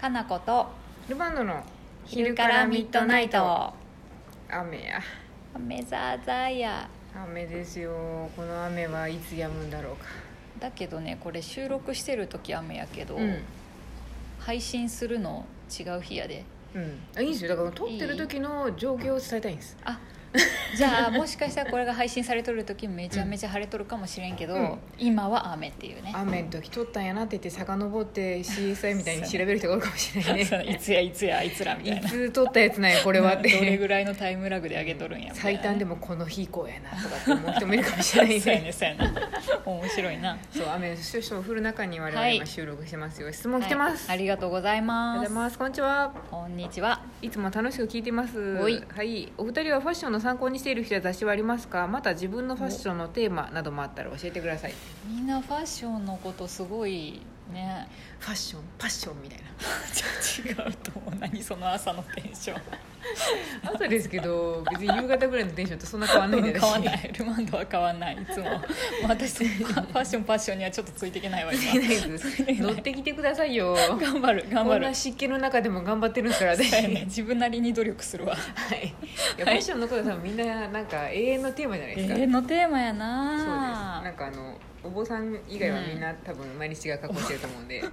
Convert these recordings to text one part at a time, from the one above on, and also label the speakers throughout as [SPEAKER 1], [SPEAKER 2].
[SPEAKER 1] かなこと
[SPEAKER 2] ルバノの
[SPEAKER 1] 昼からミッドナイト
[SPEAKER 2] 雨や
[SPEAKER 1] 雨ざーざーや
[SPEAKER 2] 雨ですよこの雨はいつ止むんだろうか
[SPEAKER 1] だけどねこれ収録してる時雨やけど、
[SPEAKER 2] うん
[SPEAKER 1] 配信するの違う日やで
[SPEAKER 2] うんあいいんですよだから撮ってる時の状況を伝えたいんです
[SPEAKER 1] あじゃあもしかしたらこれが配信されとる時めちゃめちゃ晴れとるかもしれんけど、
[SPEAKER 2] うん
[SPEAKER 1] 今は雨っていうね
[SPEAKER 2] 雨の時撮ったんやなって言って遡って CSI みたいに調べる人がおるかもしれない
[SPEAKER 1] そうい
[SPEAKER 2] ね
[SPEAKER 1] つやいつやあいつらみたい
[SPEAKER 2] い
[SPEAKER 1] な
[SPEAKER 2] つ撮ったやつなんやこれはっ
[SPEAKER 1] どれ
[SPEAKER 2] て
[SPEAKER 1] ぐらいのタイムラグで上げとるんやみたいなね、
[SPEAKER 2] 最短でもこの日以降やなとかって思う人もいるかもしれない
[SPEAKER 1] そうや
[SPEAKER 2] ね
[SPEAKER 1] ねそうやな面白いな
[SPEAKER 2] そう雨少々降る中に我々
[SPEAKER 1] はい
[SPEAKER 2] 今収録してますよ、質問来てます、
[SPEAKER 1] はいありがとうござい
[SPEAKER 2] あり
[SPEAKER 1] ま
[SPEAKER 2] が
[SPEAKER 1] す
[SPEAKER 2] とうございますこんにちは
[SPEAKER 1] こんにちはい
[SPEAKER 2] つも楽しく聞いてます
[SPEAKER 1] おい
[SPEAKER 2] はい、お二人はファッションの参考にしている人や雑誌はありますかまた自分のファッションのテーマなどもあったら教えてください
[SPEAKER 1] みんなファッションのことすごいね
[SPEAKER 2] ファッションパッションみたい
[SPEAKER 1] 違うと思う何その朝のテンション
[SPEAKER 2] な朝ですけど別に夕方ぐらいのテンションとそんな変わんないんだよ
[SPEAKER 1] 変わんないルマンドは変わんないいつも、まあ、私そのファッションパッションにはちょっとついていけないわ今
[SPEAKER 2] 乗ってきてくださいよ
[SPEAKER 1] 頑張る頑
[SPEAKER 2] こ
[SPEAKER 1] 張
[SPEAKER 2] んな
[SPEAKER 1] る
[SPEAKER 2] 湿気の中でも頑張ってるんですから私、
[SPEAKER 1] そうやね自分なりに努力する わ
[SPEAKER 2] はい、いやファッションのことは多分みんななんか永遠のテーマじゃないですか、
[SPEAKER 1] 永遠のテーマや
[SPEAKER 2] そうですな
[SPEAKER 1] なん
[SPEAKER 2] かあのお坊さん以外はみんな多分毎日が囲ってると思うんで、
[SPEAKER 1] そう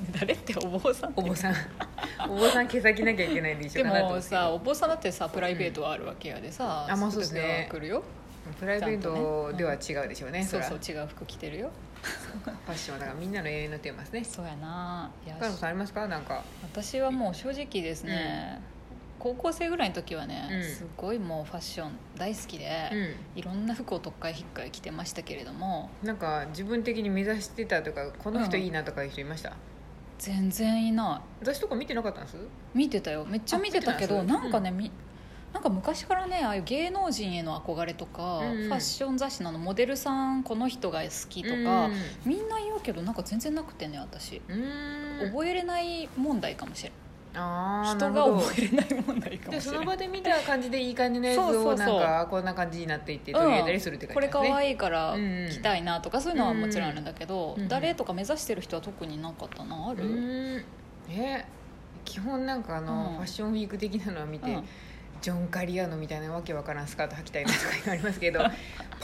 [SPEAKER 1] ね 誰ってお坊さんって
[SPEAKER 2] お坊さんお坊さん毛先なきゃいけないんで一
[SPEAKER 1] で
[SPEAKER 2] 緒かなと思うん
[SPEAKER 1] も
[SPEAKER 2] ですけど
[SPEAKER 1] さお坊さんだってさプライベートはあるわけやでさ、
[SPEAKER 2] うんあまあそうですね
[SPEAKER 1] 来るよ
[SPEAKER 2] プライベートでは違うでしょうね
[SPEAKER 1] そう
[SPEAKER 2] そ
[SPEAKER 1] そう
[SPEAKER 2] ら
[SPEAKER 1] 違う服着てるよ
[SPEAKER 2] ファッションはだからみんなの永遠のテーマですね
[SPEAKER 1] そうやな
[SPEAKER 2] 加藤さんありますかなんか
[SPEAKER 1] 私はもう正直ですね、高校生ぐらいの時はね、
[SPEAKER 2] うん
[SPEAKER 1] すごいもうファッション大好きで、
[SPEAKER 2] う
[SPEAKER 1] いろんな服を特っかえひっかえ着てましたけれども
[SPEAKER 2] んなんか自分的に目指してたとかこの人いいなとかいう人いました、
[SPEAKER 1] 全然いな
[SPEAKER 2] 私とか見てなかったんです
[SPEAKER 1] い見てたよめっちゃ見てたけ
[SPEAKER 2] あ
[SPEAKER 1] ど
[SPEAKER 2] 見てた
[SPEAKER 1] なんかね、みなんか昔からねああいう芸能人への憧れとか、
[SPEAKER 2] うんうん
[SPEAKER 1] ファッション雑誌のあのモデルさんこの人が好きとか、みんな言うけどなんか全然なくてね私
[SPEAKER 2] うんうん
[SPEAKER 1] 覚えれない問題かもしれ
[SPEAKER 2] あ
[SPEAKER 1] ない
[SPEAKER 2] あな
[SPEAKER 1] 人
[SPEAKER 2] る
[SPEAKER 1] が
[SPEAKER 2] ほど
[SPEAKER 1] 覚えれない問題かも
[SPEAKER 2] で
[SPEAKER 1] し
[SPEAKER 2] そ
[SPEAKER 1] れな
[SPEAKER 2] の
[SPEAKER 1] い
[SPEAKER 2] 場で見た感じでいい感じのやつ
[SPEAKER 1] そうそ
[SPEAKER 2] を
[SPEAKER 1] うそう
[SPEAKER 2] なんかこんな感じになっていって取り入れたりするって感じ
[SPEAKER 1] これ
[SPEAKER 2] です
[SPEAKER 1] 可
[SPEAKER 2] ね、
[SPEAKER 1] 愛いから
[SPEAKER 2] うんうん
[SPEAKER 1] 着たいなとかそういうのはもちろんあるんだけど、
[SPEAKER 2] うんうん
[SPEAKER 1] 誰とか目指してる人は特になかったなある、
[SPEAKER 2] うんえ基本なんかあの、
[SPEAKER 1] うん
[SPEAKER 2] ファッションウィーク的なのは見て、
[SPEAKER 1] うん
[SPEAKER 2] ジョン・カリアーノみたいなわけわからんスカート履きたいなとか言われます けど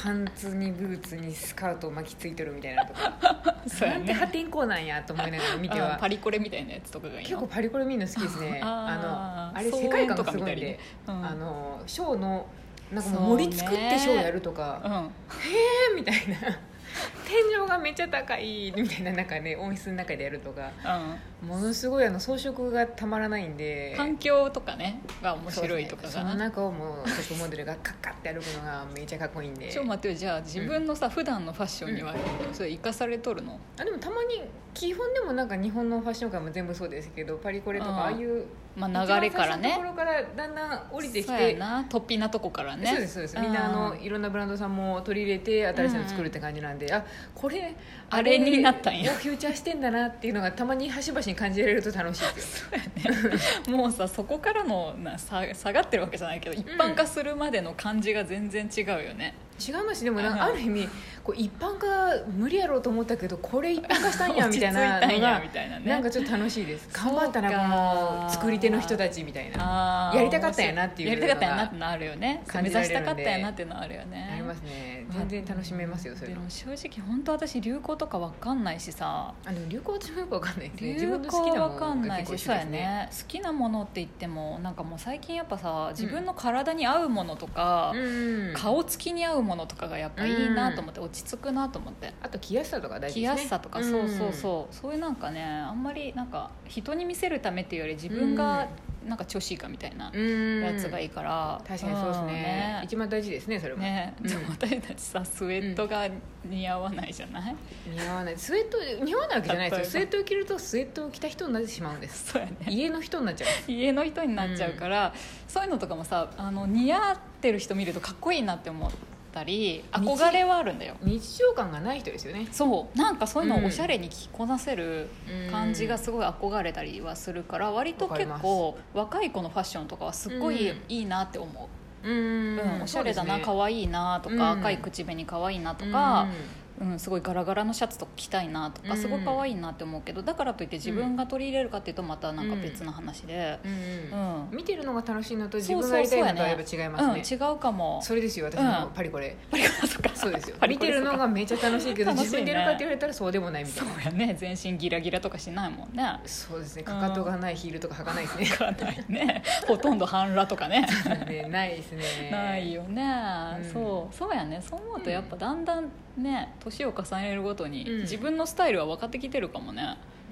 [SPEAKER 2] パンツにブーツにスカートを巻きついてるみたいなとか、
[SPEAKER 1] そうや
[SPEAKER 2] なんて破
[SPEAKER 1] ね
[SPEAKER 2] 天荒なんやと思いながら見て
[SPEAKER 1] う
[SPEAKER 2] は
[SPEAKER 1] んパリコレみたいなやつとかがいい
[SPEAKER 2] 結構
[SPEAKER 1] の、
[SPEAKER 2] パリコレ見るの好きですねあ
[SPEAKER 1] あー
[SPEAKER 2] のあれ
[SPEAKER 1] そう
[SPEAKER 2] 世界観がすごいん
[SPEAKER 1] とか見たり
[SPEAKER 2] で
[SPEAKER 1] ね、うん、
[SPEAKER 2] あのショーのなんかもう森作ってショーやるとか、
[SPEAKER 1] うん
[SPEAKER 2] えーみたいな天井がめっちゃ高いみたいな中で音質の中でやるとか
[SPEAKER 1] うん
[SPEAKER 2] ものすごいあの装飾がたまらないんで
[SPEAKER 1] 環境とかねが面白いとか
[SPEAKER 2] そうですね
[SPEAKER 1] が
[SPEAKER 2] その
[SPEAKER 1] な、
[SPEAKER 2] 中をもうトップモデルがカッカッて歩くのがめちゃかっこいいんで
[SPEAKER 1] ちょ待ってよじゃあ自分のさ、普段のファッションにはそれ生かされとるの、
[SPEAKER 2] あでもたまに基本でもなんか日本のファッション界も全部そうですけどパリコレと
[SPEAKER 1] うん
[SPEAKER 2] かああいう
[SPEAKER 1] まあ、流れから
[SPEAKER 2] 一番最初のとこ
[SPEAKER 1] ね
[SPEAKER 2] ろからだんだん降りてき
[SPEAKER 1] そうや
[SPEAKER 2] て
[SPEAKER 1] な突飛なとこからね
[SPEAKER 2] そうですそうですみんなあ
[SPEAKER 1] う
[SPEAKER 2] のいろんなブランドさんも取り入れて新しいの作るって感じなんで、あこれ
[SPEAKER 1] あれになったんや
[SPEAKER 2] をフューチャーしてんだなっていうのがたまに端々に感じられると楽しいですよ
[SPEAKER 1] もうさそこからのなさ下がってるわけじゃないけど一般化するまでの感じが全然違うよね、
[SPEAKER 2] 違いますでもなんかあ
[SPEAKER 1] うん
[SPEAKER 2] る意味こう一般化無理やろうと思ったけどこれ一般化したんや
[SPEAKER 1] 落
[SPEAKER 2] み
[SPEAKER 1] ち着い
[SPEAKER 2] た
[SPEAKER 1] た
[SPEAKER 2] い
[SPEAKER 1] ん
[SPEAKER 2] なの
[SPEAKER 1] や
[SPEAKER 2] が
[SPEAKER 1] みたいなね
[SPEAKER 2] なんかちょっと楽しいです
[SPEAKER 1] そうか
[SPEAKER 2] 頑張ったなこの作り手の人たちみたいな
[SPEAKER 1] あー
[SPEAKER 2] やりたかったんやなっていう
[SPEAKER 1] やりたかったんやなってのあるよね
[SPEAKER 2] 感
[SPEAKER 1] 目
[SPEAKER 2] じら
[SPEAKER 1] 指
[SPEAKER 2] れ
[SPEAKER 1] し
[SPEAKER 2] る
[SPEAKER 1] た
[SPEAKER 2] んで
[SPEAKER 1] かったんやなっていうのはあるよね
[SPEAKER 2] ありますね全然楽しめますよそれ
[SPEAKER 1] で
[SPEAKER 2] の
[SPEAKER 1] も正直本当私流行とかわかんないしさ
[SPEAKER 2] あの流行ってよくわかんないですね
[SPEAKER 1] 流行はわかんないし、
[SPEAKER 2] 自
[SPEAKER 1] そう
[SPEAKER 2] 分の好きなものが結構一緒で
[SPEAKER 1] やね
[SPEAKER 2] す
[SPEAKER 1] 好きなものって言ってもなんかもう最近やっぱさ自分の体に合うものとか、
[SPEAKER 2] うん
[SPEAKER 1] 顔つきに合うものとかがやっぱいいなと思って、落ち着くなと思って
[SPEAKER 2] あと着やすさとか大事
[SPEAKER 1] 着
[SPEAKER 2] です
[SPEAKER 1] や
[SPEAKER 2] ね
[SPEAKER 1] すさとか、そうそうそうそういうなんかねあんまりなんか人に見せるためっていうより自分がなんか調子いいかみたいな
[SPEAKER 2] うん
[SPEAKER 1] やつがいいから、
[SPEAKER 2] 確かにそうですね,、
[SPEAKER 1] うん
[SPEAKER 2] 一番大事ですねそれも、
[SPEAKER 1] ね
[SPEAKER 2] うん
[SPEAKER 1] でも私たちさスウェットが似合わないじゃない、
[SPEAKER 2] 似合わないスウェット似合わないわけじゃないですよスウ
[SPEAKER 1] 例え
[SPEAKER 2] ェットを着るとスウェットを着た人になってしまうんです
[SPEAKER 1] そうやね
[SPEAKER 2] 家の人になっちゃうんです
[SPEAKER 1] 家の人になっちゃうから、そういうのとかもさあの似合ってる人見るとかっこいいなって思ったり憧れはあるんだよ
[SPEAKER 2] 日常感がない人ですよね
[SPEAKER 1] そうなんかそういうの
[SPEAKER 2] うん
[SPEAKER 1] をおしゃれに着こなせる感じがすごい憧れたりはするから割と結構若い子のファッションとかはすっごい
[SPEAKER 2] うん
[SPEAKER 1] いいなって思
[SPEAKER 2] うん、
[SPEAKER 1] う、うんおしゃれだな可愛、いいなと
[SPEAKER 2] う
[SPEAKER 1] か
[SPEAKER 2] ん
[SPEAKER 1] 赤い口紅可愛いなと
[SPEAKER 2] うん
[SPEAKER 1] か、うん、すごいガラガラのシャツとか着たいなとか
[SPEAKER 2] うん
[SPEAKER 1] すごい可愛いなって思うけどだからといって自分が取り入れるかっていうとまたなんか別の話で、
[SPEAKER 2] うん
[SPEAKER 1] う
[SPEAKER 2] うん
[SPEAKER 1] んうん
[SPEAKER 2] 見てるのが楽しいのと自
[SPEAKER 1] そう
[SPEAKER 2] 分
[SPEAKER 1] そう
[SPEAKER 2] がやりたい
[SPEAKER 1] そうや
[SPEAKER 2] の
[SPEAKER 1] ね
[SPEAKER 2] とはやっぱ違いますね
[SPEAKER 1] 違うかも
[SPEAKER 2] それですよ私の
[SPEAKER 1] うん
[SPEAKER 2] パリコレ、
[SPEAKER 1] パリコレとか
[SPEAKER 2] そうですよ
[SPEAKER 1] パリ
[SPEAKER 2] 見
[SPEAKER 1] コ
[SPEAKER 2] て
[SPEAKER 1] レと
[SPEAKER 2] る
[SPEAKER 1] か
[SPEAKER 2] のがめっちゃ楽しいけど
[SPEAKER 1] 楽しいね
[SPEAKER 2] 自分でやるかって言われたらそうでもないみた
[SPEAKER 1] そ
[SPEAKER 2] いうな
[SPEAKER 1] やね全身ギラギラとかしないもんね
[SPEAKER 2] そうですねかかとがないヒールとか履かないですね
[SPEAKER 1] わかんないねほとんど半裸とかね
[SPEAKER 2] ね ないですね
[SPEAKER 1] ないよね、
[SPEAKER 2] うん
[SPEAKER 1] そうそうやねそう思うとやっぱだんだんね年を重ねるごとに
[SPEAKER 2] うん
[SPEAKER 1] 自分のスタイルは分かってきてるかもね、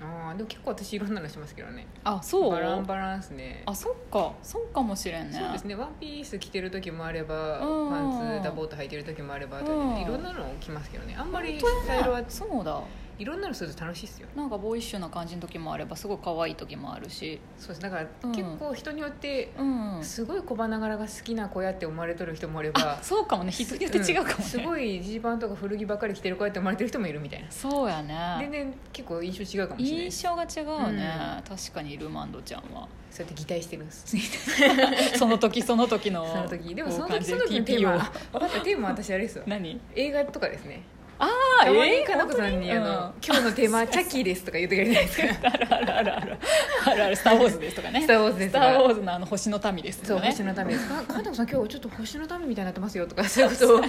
[SPEAKER 2] あーでも結構私いろんなのしてますけどね
[SPEAKER 1] あそう
[SPEAKER 2] バランバランスね
[SPEAKER 1] あそっかそうかもしれんね
[SPEAKER 2] そうですねワンピース着てる時もあれば
[SPEAKER 1] うん
[SPEAKER 2] パンツダボート履いてる時もあればと
[SPEAKER 1] うん
[SPEAKER 2] いろんなの着ますけどねあんまり
[SPEAKER 1] 本当やね
[SPEAKER 2] スタイルは
[SPEAKER 1] そうだ
[SPEAKER 2] いろんなのすると楽しいですよ
[SPEAKER 1] なんかボーイッシュな感じの時もあればすごい可愛い時もあるし
[SPEAKER 2] そうですだから
[SPEAKER 1] うん
[SPEAKER 2] 結構人によって
[SPEAKER 1] うん
[SPEAKER 2] すごい小花柄が好きな子やって思われとる人もあれば
[SPEAKER 1] あそうかもね人によって違うかもね、
[SPEAKER 2] んすごいジーパンとか古着ばっかり着てる子やって思われてる人もいるみたいな
[SPEAKER 1] そうやね
[SPEAKER 2] 全然結構印象違うかもしれない
[SPEAKER 1] 印象が違うね、確かにルマンドちゃんは
[SPEAKER 2] そうやって擬態してるんです
[SPEAKER 1] その時その時の
[SPEAKER 2] その時でも
[SPEAKER 1] こう
[SPEAKER 2] その時そ
[SPEAKER 1] 感
[SPEAKER 2] の
[SPEAKER 1] じ
[SPEAKER 2] 時
[SPEAKER 1] る
[SPEAKER 2] のテー
[SPEAKER 1] TPO
[SPEAKER 2] マあ分かったテーマは私あれですわ
[SPEAKER 1] 何
[SPEAKER 2] 映画とかですね
[SPEAKER 1] あ
[SPEAKER 2] たま
[SPEAKER 1] え
[SPEAKER 2] に
[SPEAKER 1] ー
[SPEAKER 2] かなこさんにあの
[SPEAKER 1] 本
[SPEAKER 2] 「今日 のテーマはチャッキーです」とか言ってくれるじゃないですか
[SPEAKER 1] 当にうんあるあるあるあるあるスター・ウォーズ」ですとか
[SPEAKER 2] 「
[SPEAKER 1] ね
[SPEAKER 2] スター・ウォーズ」で
[SPEAKER 1] ス
[SPEAKER 2] す
[SPEAKER 1] タ
[SPEAKER 2] と
[SPEAKER 1] ー・ウォ
[SPEAKER 2] か
[SPEAKER 1] ーズのあの星の民です
[SPEAKER 2] そ
[SPEAKER 1] と
[SPEAKER 2] う
[SPEAKER 1] かね
[SPEAKER 2] 星のためですかかなこさん今日ちょっと星のためみたいになってますよとかそう いうことを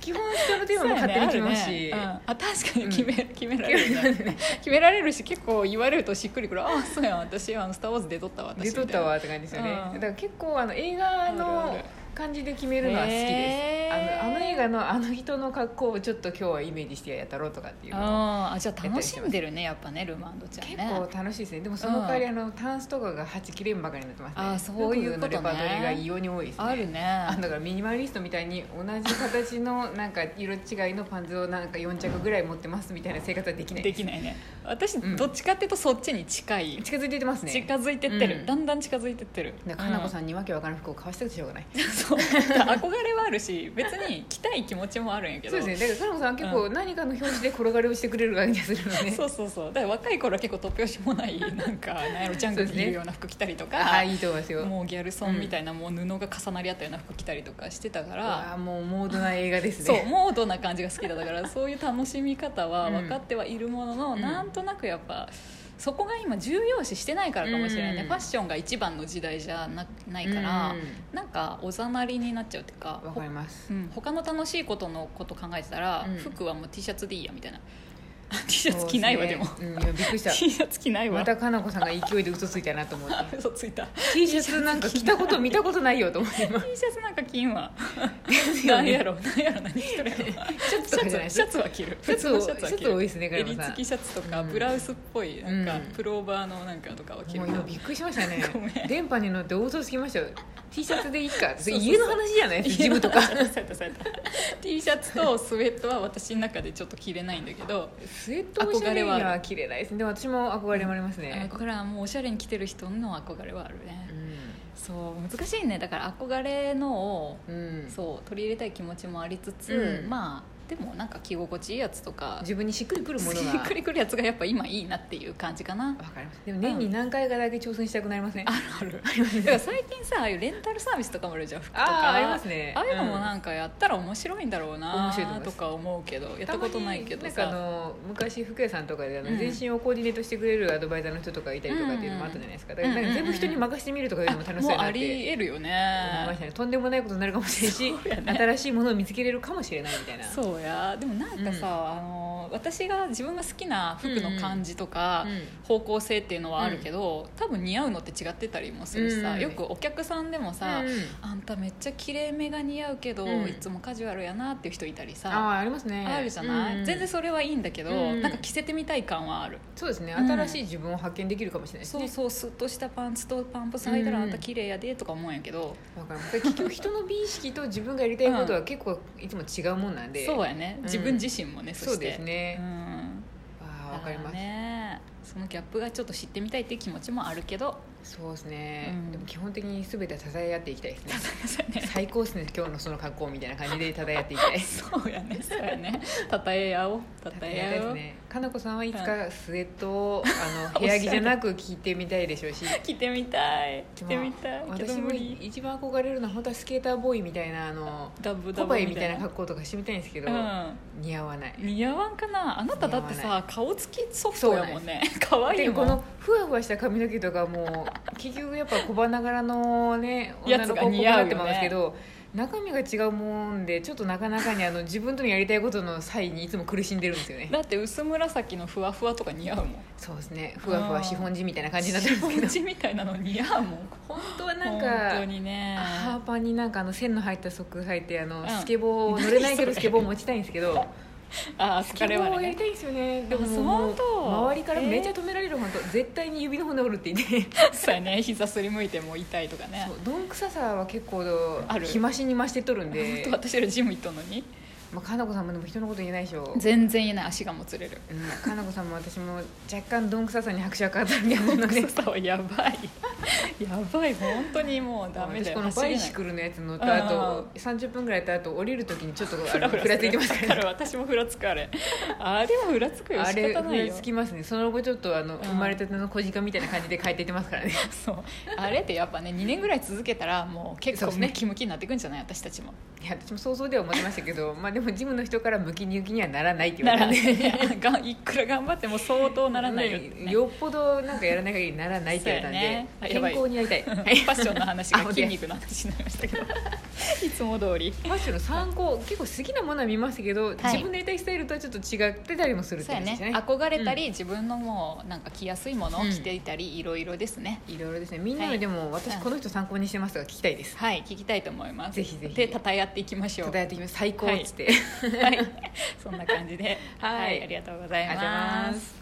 [SPEAKER 2] 基本人のテーマも勝手に決めますし
[SPEAKER 1] そうやねあるねうんあ確かに決め,、決められる
[SPEAKER 2] 決められ
[SPEAKER 1] ね
[SPEAKER 2] るね
[SPEAKER 1] 決められるし結構言われるとしっくりくるあそうやん私あのスター・ウォーズ出とったわ私
[SPEAKER 2] 出とったわって感じですよね
[SPEAKER 1] うん
[SPEAKER 2] だから結構あの映画
[SPEAKER 1] ある
[SPEAKER 2] の
[SPEAKER 1] ある
[SPEAKER 2] 感じで決めるのは好きです
[SPEAKER 1] へー
[SPEAKER 2] あのあの映画のあの人の格好をちょっと今日はイメージしてやったろうとかっていうのを
[SPEAKER 1] あーあじゃあ楽しんでるねやっぱねルマンドちゃん
[SPEAKER 2] 結
[SPEAKER 1] ね
[SPEAKER 2] 構楽しいですねでもその代わりあのタンスとかがはち切れんばかりになってますね
[SPEAKER 1] あーそういうことね
[SPEAKER 2] 服のレパートリーが異様に多いですね
[SPEAKER 1] あるね
[SPEAKER 2] あだからミニマリストみたいに同じ形のなんか色違いのパンツをなんか4着ぐらい持ってますみたいな生活はできない
[SPEAKER 1] できないね私、
[SPEAKER 2] うん
[SPEAKER 1] どっちかっていうとそっちに近い、
[SPEAKER 2] 近づいてってますね
[SPEAKER 1] 近づいてってる、
[SPEAKER 2] うん
[SPEAKER 1] だんだん近づいてってる
[SPEAKER 2] だからかなこさ
[SPEAKER 1] ん、
[SPEAKER 2] んにわけわからん服を買わしたくてしょうがない、
[SPEAKER 1] そう憧れはあるし別に着たい気持ちもあるんやけ
[SPEAKER 2] そ
[SPEAKER 1] ど
[SPEAKER 2] うですねだからかなこさんは結構何かの表示で転がりをしてくれる感じがするので、
[SPEAKER 1] そうそうそうだから若い頃は結構突拍子もないなんかなんやろジャングルにいるような服着たりと
[SPEAKER 2] あ
[SPEAKER 1] か、
[SPEAKER 2] あいいと思いますよ
[SPEAKER 1] もうギャルソンみたいな、もう布が重なり合ったような服着たりとかしてたから
[SPEAKER 2] ああもうモードな映画です
[SPEAKER 1] そう
[SPEAKER 2] ね
[SPEAKER 1] モードな感じが好きだだ からそういう楽しみ方は
[SPEAKER 2] うん
[SPEAKER 1] 分かってはいるものの、
[SPEAKER 2] うん
[SPEAKER 1] なんとなくやっぱそこが今重要視してないからかもしれないね、
[SPEAKER 2] うん
[SPEAKER 1] ファッションが一番の時代じゃなないから、
[SPEAKER 2] うん
[SPEAKER 1] なんかおざなりになっちゃうっていうか
[SPEAKER 2] わかります
[SPEAKER 1] うん、他の楽しいことのこと考えてたら、
[SPEAKER 2] うん
[SPEAKER 1] 服はもう T シャツでいいやみたいな T シャツ着ないわでも
[SPEAKER 2] そうすねうん、いやびっく りした
[SPEAKER 1] T シャツ着ないわ
[SPEAKER 2] またかなこさんが勢いで嘘ついたなと思っ て
[SPEAKER 1] 嘘ついた
[SPEAKER 2] T シャツなんか着たこと見たことないよと思って 今
[SPEAKER 1] T シャツなんか着んわ
[SPEAKER 2] ですよ
[SPEAKER 1] 何
[SPEAKER 2] ね
[SPEAKER 1] やろ何やろ何着とるやろ
[SPEAKER 2] シャツ
[SPEAKER 1] シ
[SPEAKER 2] とかじゃな
[SPEAKER 1] ャ
[SPEAKER 2] いで
[SPEAKER 1] ツシ
[SPEAKER 2] す
[SPEAKER 1] ャツは着る
[SPEAKER 2] シャツ
[SPEAKER 1] 普
[SPEAKER 2] を
[SPEAKER 1] 通
[SPEAKER 2] シ
[SPEAKER 1] の
[SPEAKER 2] ャツ多いですね
[SPEAKER 1] 襟
[SPEAKER 2] 倉山さ
[SPEAKER 1] 付
[SPEAKER 2] ん
[SPEAKER 1] きシャツとか
[SPEAKER 2] うん
[SPEAKER 1] ブラウスっぽいなんか
[SPEAKER 2] うん
[SPEAKER 1] プローバーのなんかとかは着
[SPEAKER 2] も
[SPEAKER 1] る
[SPEAKER 2] う今びっくりしましたね
[SPEAKER 1] ごめん
[SPEAKER 2] 電波に乗って応答つきましたよ T シャツでいいかそ
[SPEAKER 1] そうそ
[SPEAKER 2] れ
[SPEAKER 1] うそう
[SPEAKER 2] 家の話じゃないですジムと か
[SPEAKER 1] そうやったそうやった T シャツとスウェットは私の中でちょっと着れないんだけど
[SPEAKER 2] スウェットおしゃれには着れないですねでも私も憧れもありますね、
[SPEAKER 1] これはもうおしゃれに着てる人の憧れはある
[SPEAKER 2] う
[SPEAKER 1] ね
[SPEAKER 2] ん
[SPEAKER 1] そう難しいねだから憧れのを
[SPEAKER 2] うん
[SPEAKER 1] そう取り入れたい気持ちもありつつ、
[SPEAKER 2] うん
[SPEAKER 1] まあでもなんか着心地いいやつとか
[SPEAKER 2] 自分にしっくりくるものが
[SPEAKER 1] しっくりくるやつがやっぱ今いいなっていう感じか な
[SPEAKER 2] わかりますでも年に何回かだけ挑戦したくなりません、あ
[SPEAKER 1] あるだから最近さああいうレンタルサービスとかもあるじゃん服とか
[SPEAKER 2] あーありますね
[SPEAKER 1] ああいうのもなんかやったら面白いんだろう
[SPEAKER 2] 面白いと思い
[SPEAKER 1] な
[SPEAKER 2] ます
[SPEAKER 1] とか思うけどやったことないけど
[SPEAKER 2] たま
[SPEAKER 1] さ
[SPEAKER 2] になんかあの昔服屋さんとかであの、
[SPEAKER 1] うん
[SPEAKER 2] 全身をコーディネートしてくれるアドバイザーの人とかいたりとかっていうのもあったじゃないですか,、だからなんか全部人に任せてみるとかいうのも楽し
[SPEAKER 1] も
[SPEAKER 2] そう
[SPEAKER 1] う
[SPEAKER 2] やな
[SPEAKER 1] あ
[SPEAKER 2] って
[SPEAKER 1] りえるよ
[SPEAKER 2] 思いま
[SPEAKER 1] ね
[SPEAKER 2] したねとんでもないことになるかもしれないし、 新しいものを見つけれるかもしれないみたいな
[SPEAKER 1] そうやでもなんかさ、
[SPEAKER 2] う
[SPEAKER 1] あの私が自分が好きな服の感じとか、
[SPEAKER 2] うんうん
[SPEAKER 1] 方向性っていうのはあるけど、多分似合うのって違ってたりもするしさ、
[SPEAKER 2] うん
[SPEAKER 1] よくお客さんでもさ、
[SPEAKER 2] うん
[SPEAKER 1] あんためっちゃ綺麗めが似合うけど、
[SPEAKER 2] うん
[SPEAKER 1] いつもカジュアルやなっていう人いたりさ
[SPEAKER 2] ああありますね
[SPEAKER 1] あるじゃない、
[SPEAKER 2] うん
[SPEAKER 1] 全然それはいいんだけど、
[SPEAKER 2] うん
[SPEAKER 1] なんか着せてみたい感はある、
[SPEAKER 2] そうですね
[SPEAKER 1] うん
[SPEAKER 2] 新しい自分を発見できるかもしれないです
[SPEAKER 1] そう
[SPEAKER 2] ね
[SPEAKER 1] そうスッとしたパンツとパンプス履いたら
[SPEAKER 2] うん
[SPEAKER 1] あんた綺麗やでとか思うんやけど、
[SPEAKER 2] わかります結局人の美意識と自分がやりたいことは結構いつも違うもんなんで、
[SPEAKER 1] そうやね
[SPEAKER 2] ん
[SPEAKER 1] 自分自身もね、そして
[SPEAKER 2] そうですね
[SPEAKER 1] うん
[SPEAKER 2] ああわかりま
[SPEAKER 1] だ
[SPEAKER 2] す、
[SPEAKER 1] らねそのギャップがちょっと知ってみたいっていう気持ちもあるけど
[SPEAKER 2] そうですね、
[SPEAKER 1] うん
[SPEAKER 2] でも基本的に全て支え合っていきたい ですね
[SPEAKER 1] そうやね
[SPEAKER 2] 最高ですね今日のその格好みたいな感じ で漂っていきたい
[SPEAKER 1] そうやねそうやねたたえ合おうたた
[SPEAKER 2] 漂いたい
[SPEAKER 1] え合
[SPEAKER 2] で
[SPEAKER 1] お
[SPEAKER 2] す
[SPEAKER 1] う、
[SPEAKER 2] ねかなこさんはいつかスウェットを あの部屋着じゃなく着てみたいでしょうし
[SPEAKER 1] 着てみたい着てみたい
[SPEAKER 2] まあ
[SPEAKER 1] けど
[SPEAKER 2] 私も
[SPEAKER 1] 無理
[SPEAKER 2] 一番憧れるのは本当はスケーターボーイみたいなあの
[SPEAKER 1] ダブダ
[SPEAKER 2] ポ
[SPEAKER 1] ブ
[SPEAKER 2] パイみたいな格好とかしてみたいんですけど、
[SPEAKER 1] うん
[SPEAKER 2] 似合わない
[SPEAKER 1] 似合わんかなあなただって
[SPEAKER 2] 似合わ
[SPEAKER 1] さ顔つきソフトやもんね可愛い
[SPEAKER 2] で
[SPEAKER 1] も
[SPEAKER 2] こ
[SPEAKER 1] ん
[SPEAKER 2] のふわふわした髪の毛とかもう結局やっぱ小花柄のね
[SPEAKER 1] や
[SPEAKER 2] 女
[SPEAKER 1] つ
[SPEAKER 2] の
[SPEAKER 1] が
[SPEAKER 2] 子っぽく
[SPEAKER 1] 似合
[SPEAKER 2] な
[SPEAKER 1] うよね
[SPEAKER 2] ってますけど、中身が違うもんでちょっとなかなかにあの自分とのやりたいことの際にいつも苦しんでるんですよね
[SPEAKER 1] だって薄紫のふわふわとか似合うもん
[SPEAKER 2] そうですねふわふわ
[SPEAKER 1] うん
[SPEAKER 2] シフォン地みたいな感じになってるんですけど
[SPEAKER 1] スポンジみたいなの似合うもん
[SPEAKER 2] 本当はなん
[SPEAKER 1] 本当
[SPEAKER 2] か
[SPEAKER 1] にね
[SPEAKER 2] ハーパンになんかあの線の入ったソック履いてあの、
[SPEAKER 1] うん
[SPEAKER 2] スケボー乗れない
[SPEAKER 1] 何
[SPEAKER 2] けど
[SPEAKER 1] それ
[SPEAKER 2] スケボー持ちたいんですけ ど
[SPEAKER 1] ああ
[SPEAKER 2] ス
[SPEAKER 1] 疲
[SPEAKER 2] ケ
[SPEAKER 1] れ
[SPEAKER 2] ボ
[SPEAKER 1] は
[SPEAKER 2] ーやり
[SPEAKER 1] ね
[SPEAKER 2] たいんですよねでも
[SPEAKER 1] あ
[SPEAKER 2] も
[SPEAKER 1] そう
[SPEAKER 2] もう周りからめっちゃ
[SPEAKER 1] えー
[SPEAKER 2] 止められる本当絶対に指の骨折るって言って
[SPEAKER 1] そうやね膝すりむいてもう痛いとかね
[SPEAKER 2] そうどんくささは結構
[SPEAKER 1] ある
[SPEAKER 2] 日増しに増してとるん
[SPEAKER 1] 本
[SPEAKER 2] で
[SPEAKER 1] 当、私らジム行ったのに
[SPEAKER 2] まあ、かなこさんもでも人のこと言えないでしょ
[SPEAKER 1] 全然言えない足がもつれる
[SPEAKER 2] うん、かなこさんも私も若干どんくささに拍手がかかったんでもうね
[SPEAKER 1] 臭さはやばいやばい本当にもうダメだよ
[SPEAKER 2] 私このバイ
[SPEAKER 1] 走れな
[SPEAKER 2] シ
[SPEAKER 1] い
[SPEAKER 2] クルのやつ乗った後30分ぐらいやった後降りるときにちょっとあのふらついてます
[SPEAKER 1] する
[SPEAKER 2] から
[SPEAKER 1] だから私もふらつくあれあれはふらつくよ
[SPEAKER 2] あれ
[SPEAKER 1] 仕方ないよ
[SPEAKER 2] つきますねその後ちょっとあの
[SPEAKER 1] ん
[SPEAKER 2] 生まれたての小鹿みたいな感じで帰っていってますからね
[SPEAKER 1] そうあれってやっぱね2年ぐらい続けたらもう結
[SPEAKER 2] そう
[SPEAKER 1] 構
[SPEAKER 2] ですね
[SPEAKER 1] ムキムキになってくんじゃない私たちも
[SPEAKER 2] いや私も想像では思ってましたけどまあでもジムの人からムキムキにはならないって言わ
[SPEAKER 1] な
[SPEAKER 2] れ
[SPEAKER 1] ら
[SPEAKER 2] たん
[SPEAKER 1] ね
[SPEAKER 2] で
[SPEAKER 1] いやがんい くら頑張っても相当ならないよ、
[SPEAKER 2] うん
[SPEAKER 1] ね、
[SPEAKER 2] よっぽどなんかやらない限りならないって言われたんで、
[SPEAKER 1] そうやねやばい
[SPEAKER 2] 健康にやりたい、
[SPEAKER 1] フ
[SPEAKER 2] は
[SPEAKER 1] ァ
[SPEAKER 2] い、フ
[SPEAKER 1] ッションの話が
[SPEAKER 2] あ OK
[SPEAKER 1] 筋肉の話になりました けどいつも通り
[SPEAKER 2] ァッションの参考結構好きなものは見ますけど、自分のやりたいスタイルとはちょっと違ってたりもするって
[SPEAKER 1] そうや
[SPEAKER 2] 感じで
[SPEAKER 1] ね
[SPEAKER 2] すね
[SPEAKER 1] 憧れたり、自分のもうなんか着やすいものを着ていたり、いろいろですね
[SPEAKER 2] いろいろですねみんな
[SPEAKER 1] は
[SPEAKER 2] の
[SPEAKER 1] い
[SPEAKER 2] でも、私
[SPEAKER 1] うん
[SPEAKER 2] この人参考にしてますが聞きたいです
[SPEAKER 1] はい聞きたいと思います
[SPEAKER 2] ぜひぜひ
[SPEAKER 1] でたたえ合っていきましょう
[SPEAKER 2] 答えてきます最高っつって、
[SPEAKER 1] はい、そんな感じで
[SPEAKER 2] はい
[SPEAKER 1] ありがとうござい
[SPEAKER 2] ありがとうござい
[SPEAKER 1] ま
[SPEAKER 2] ますす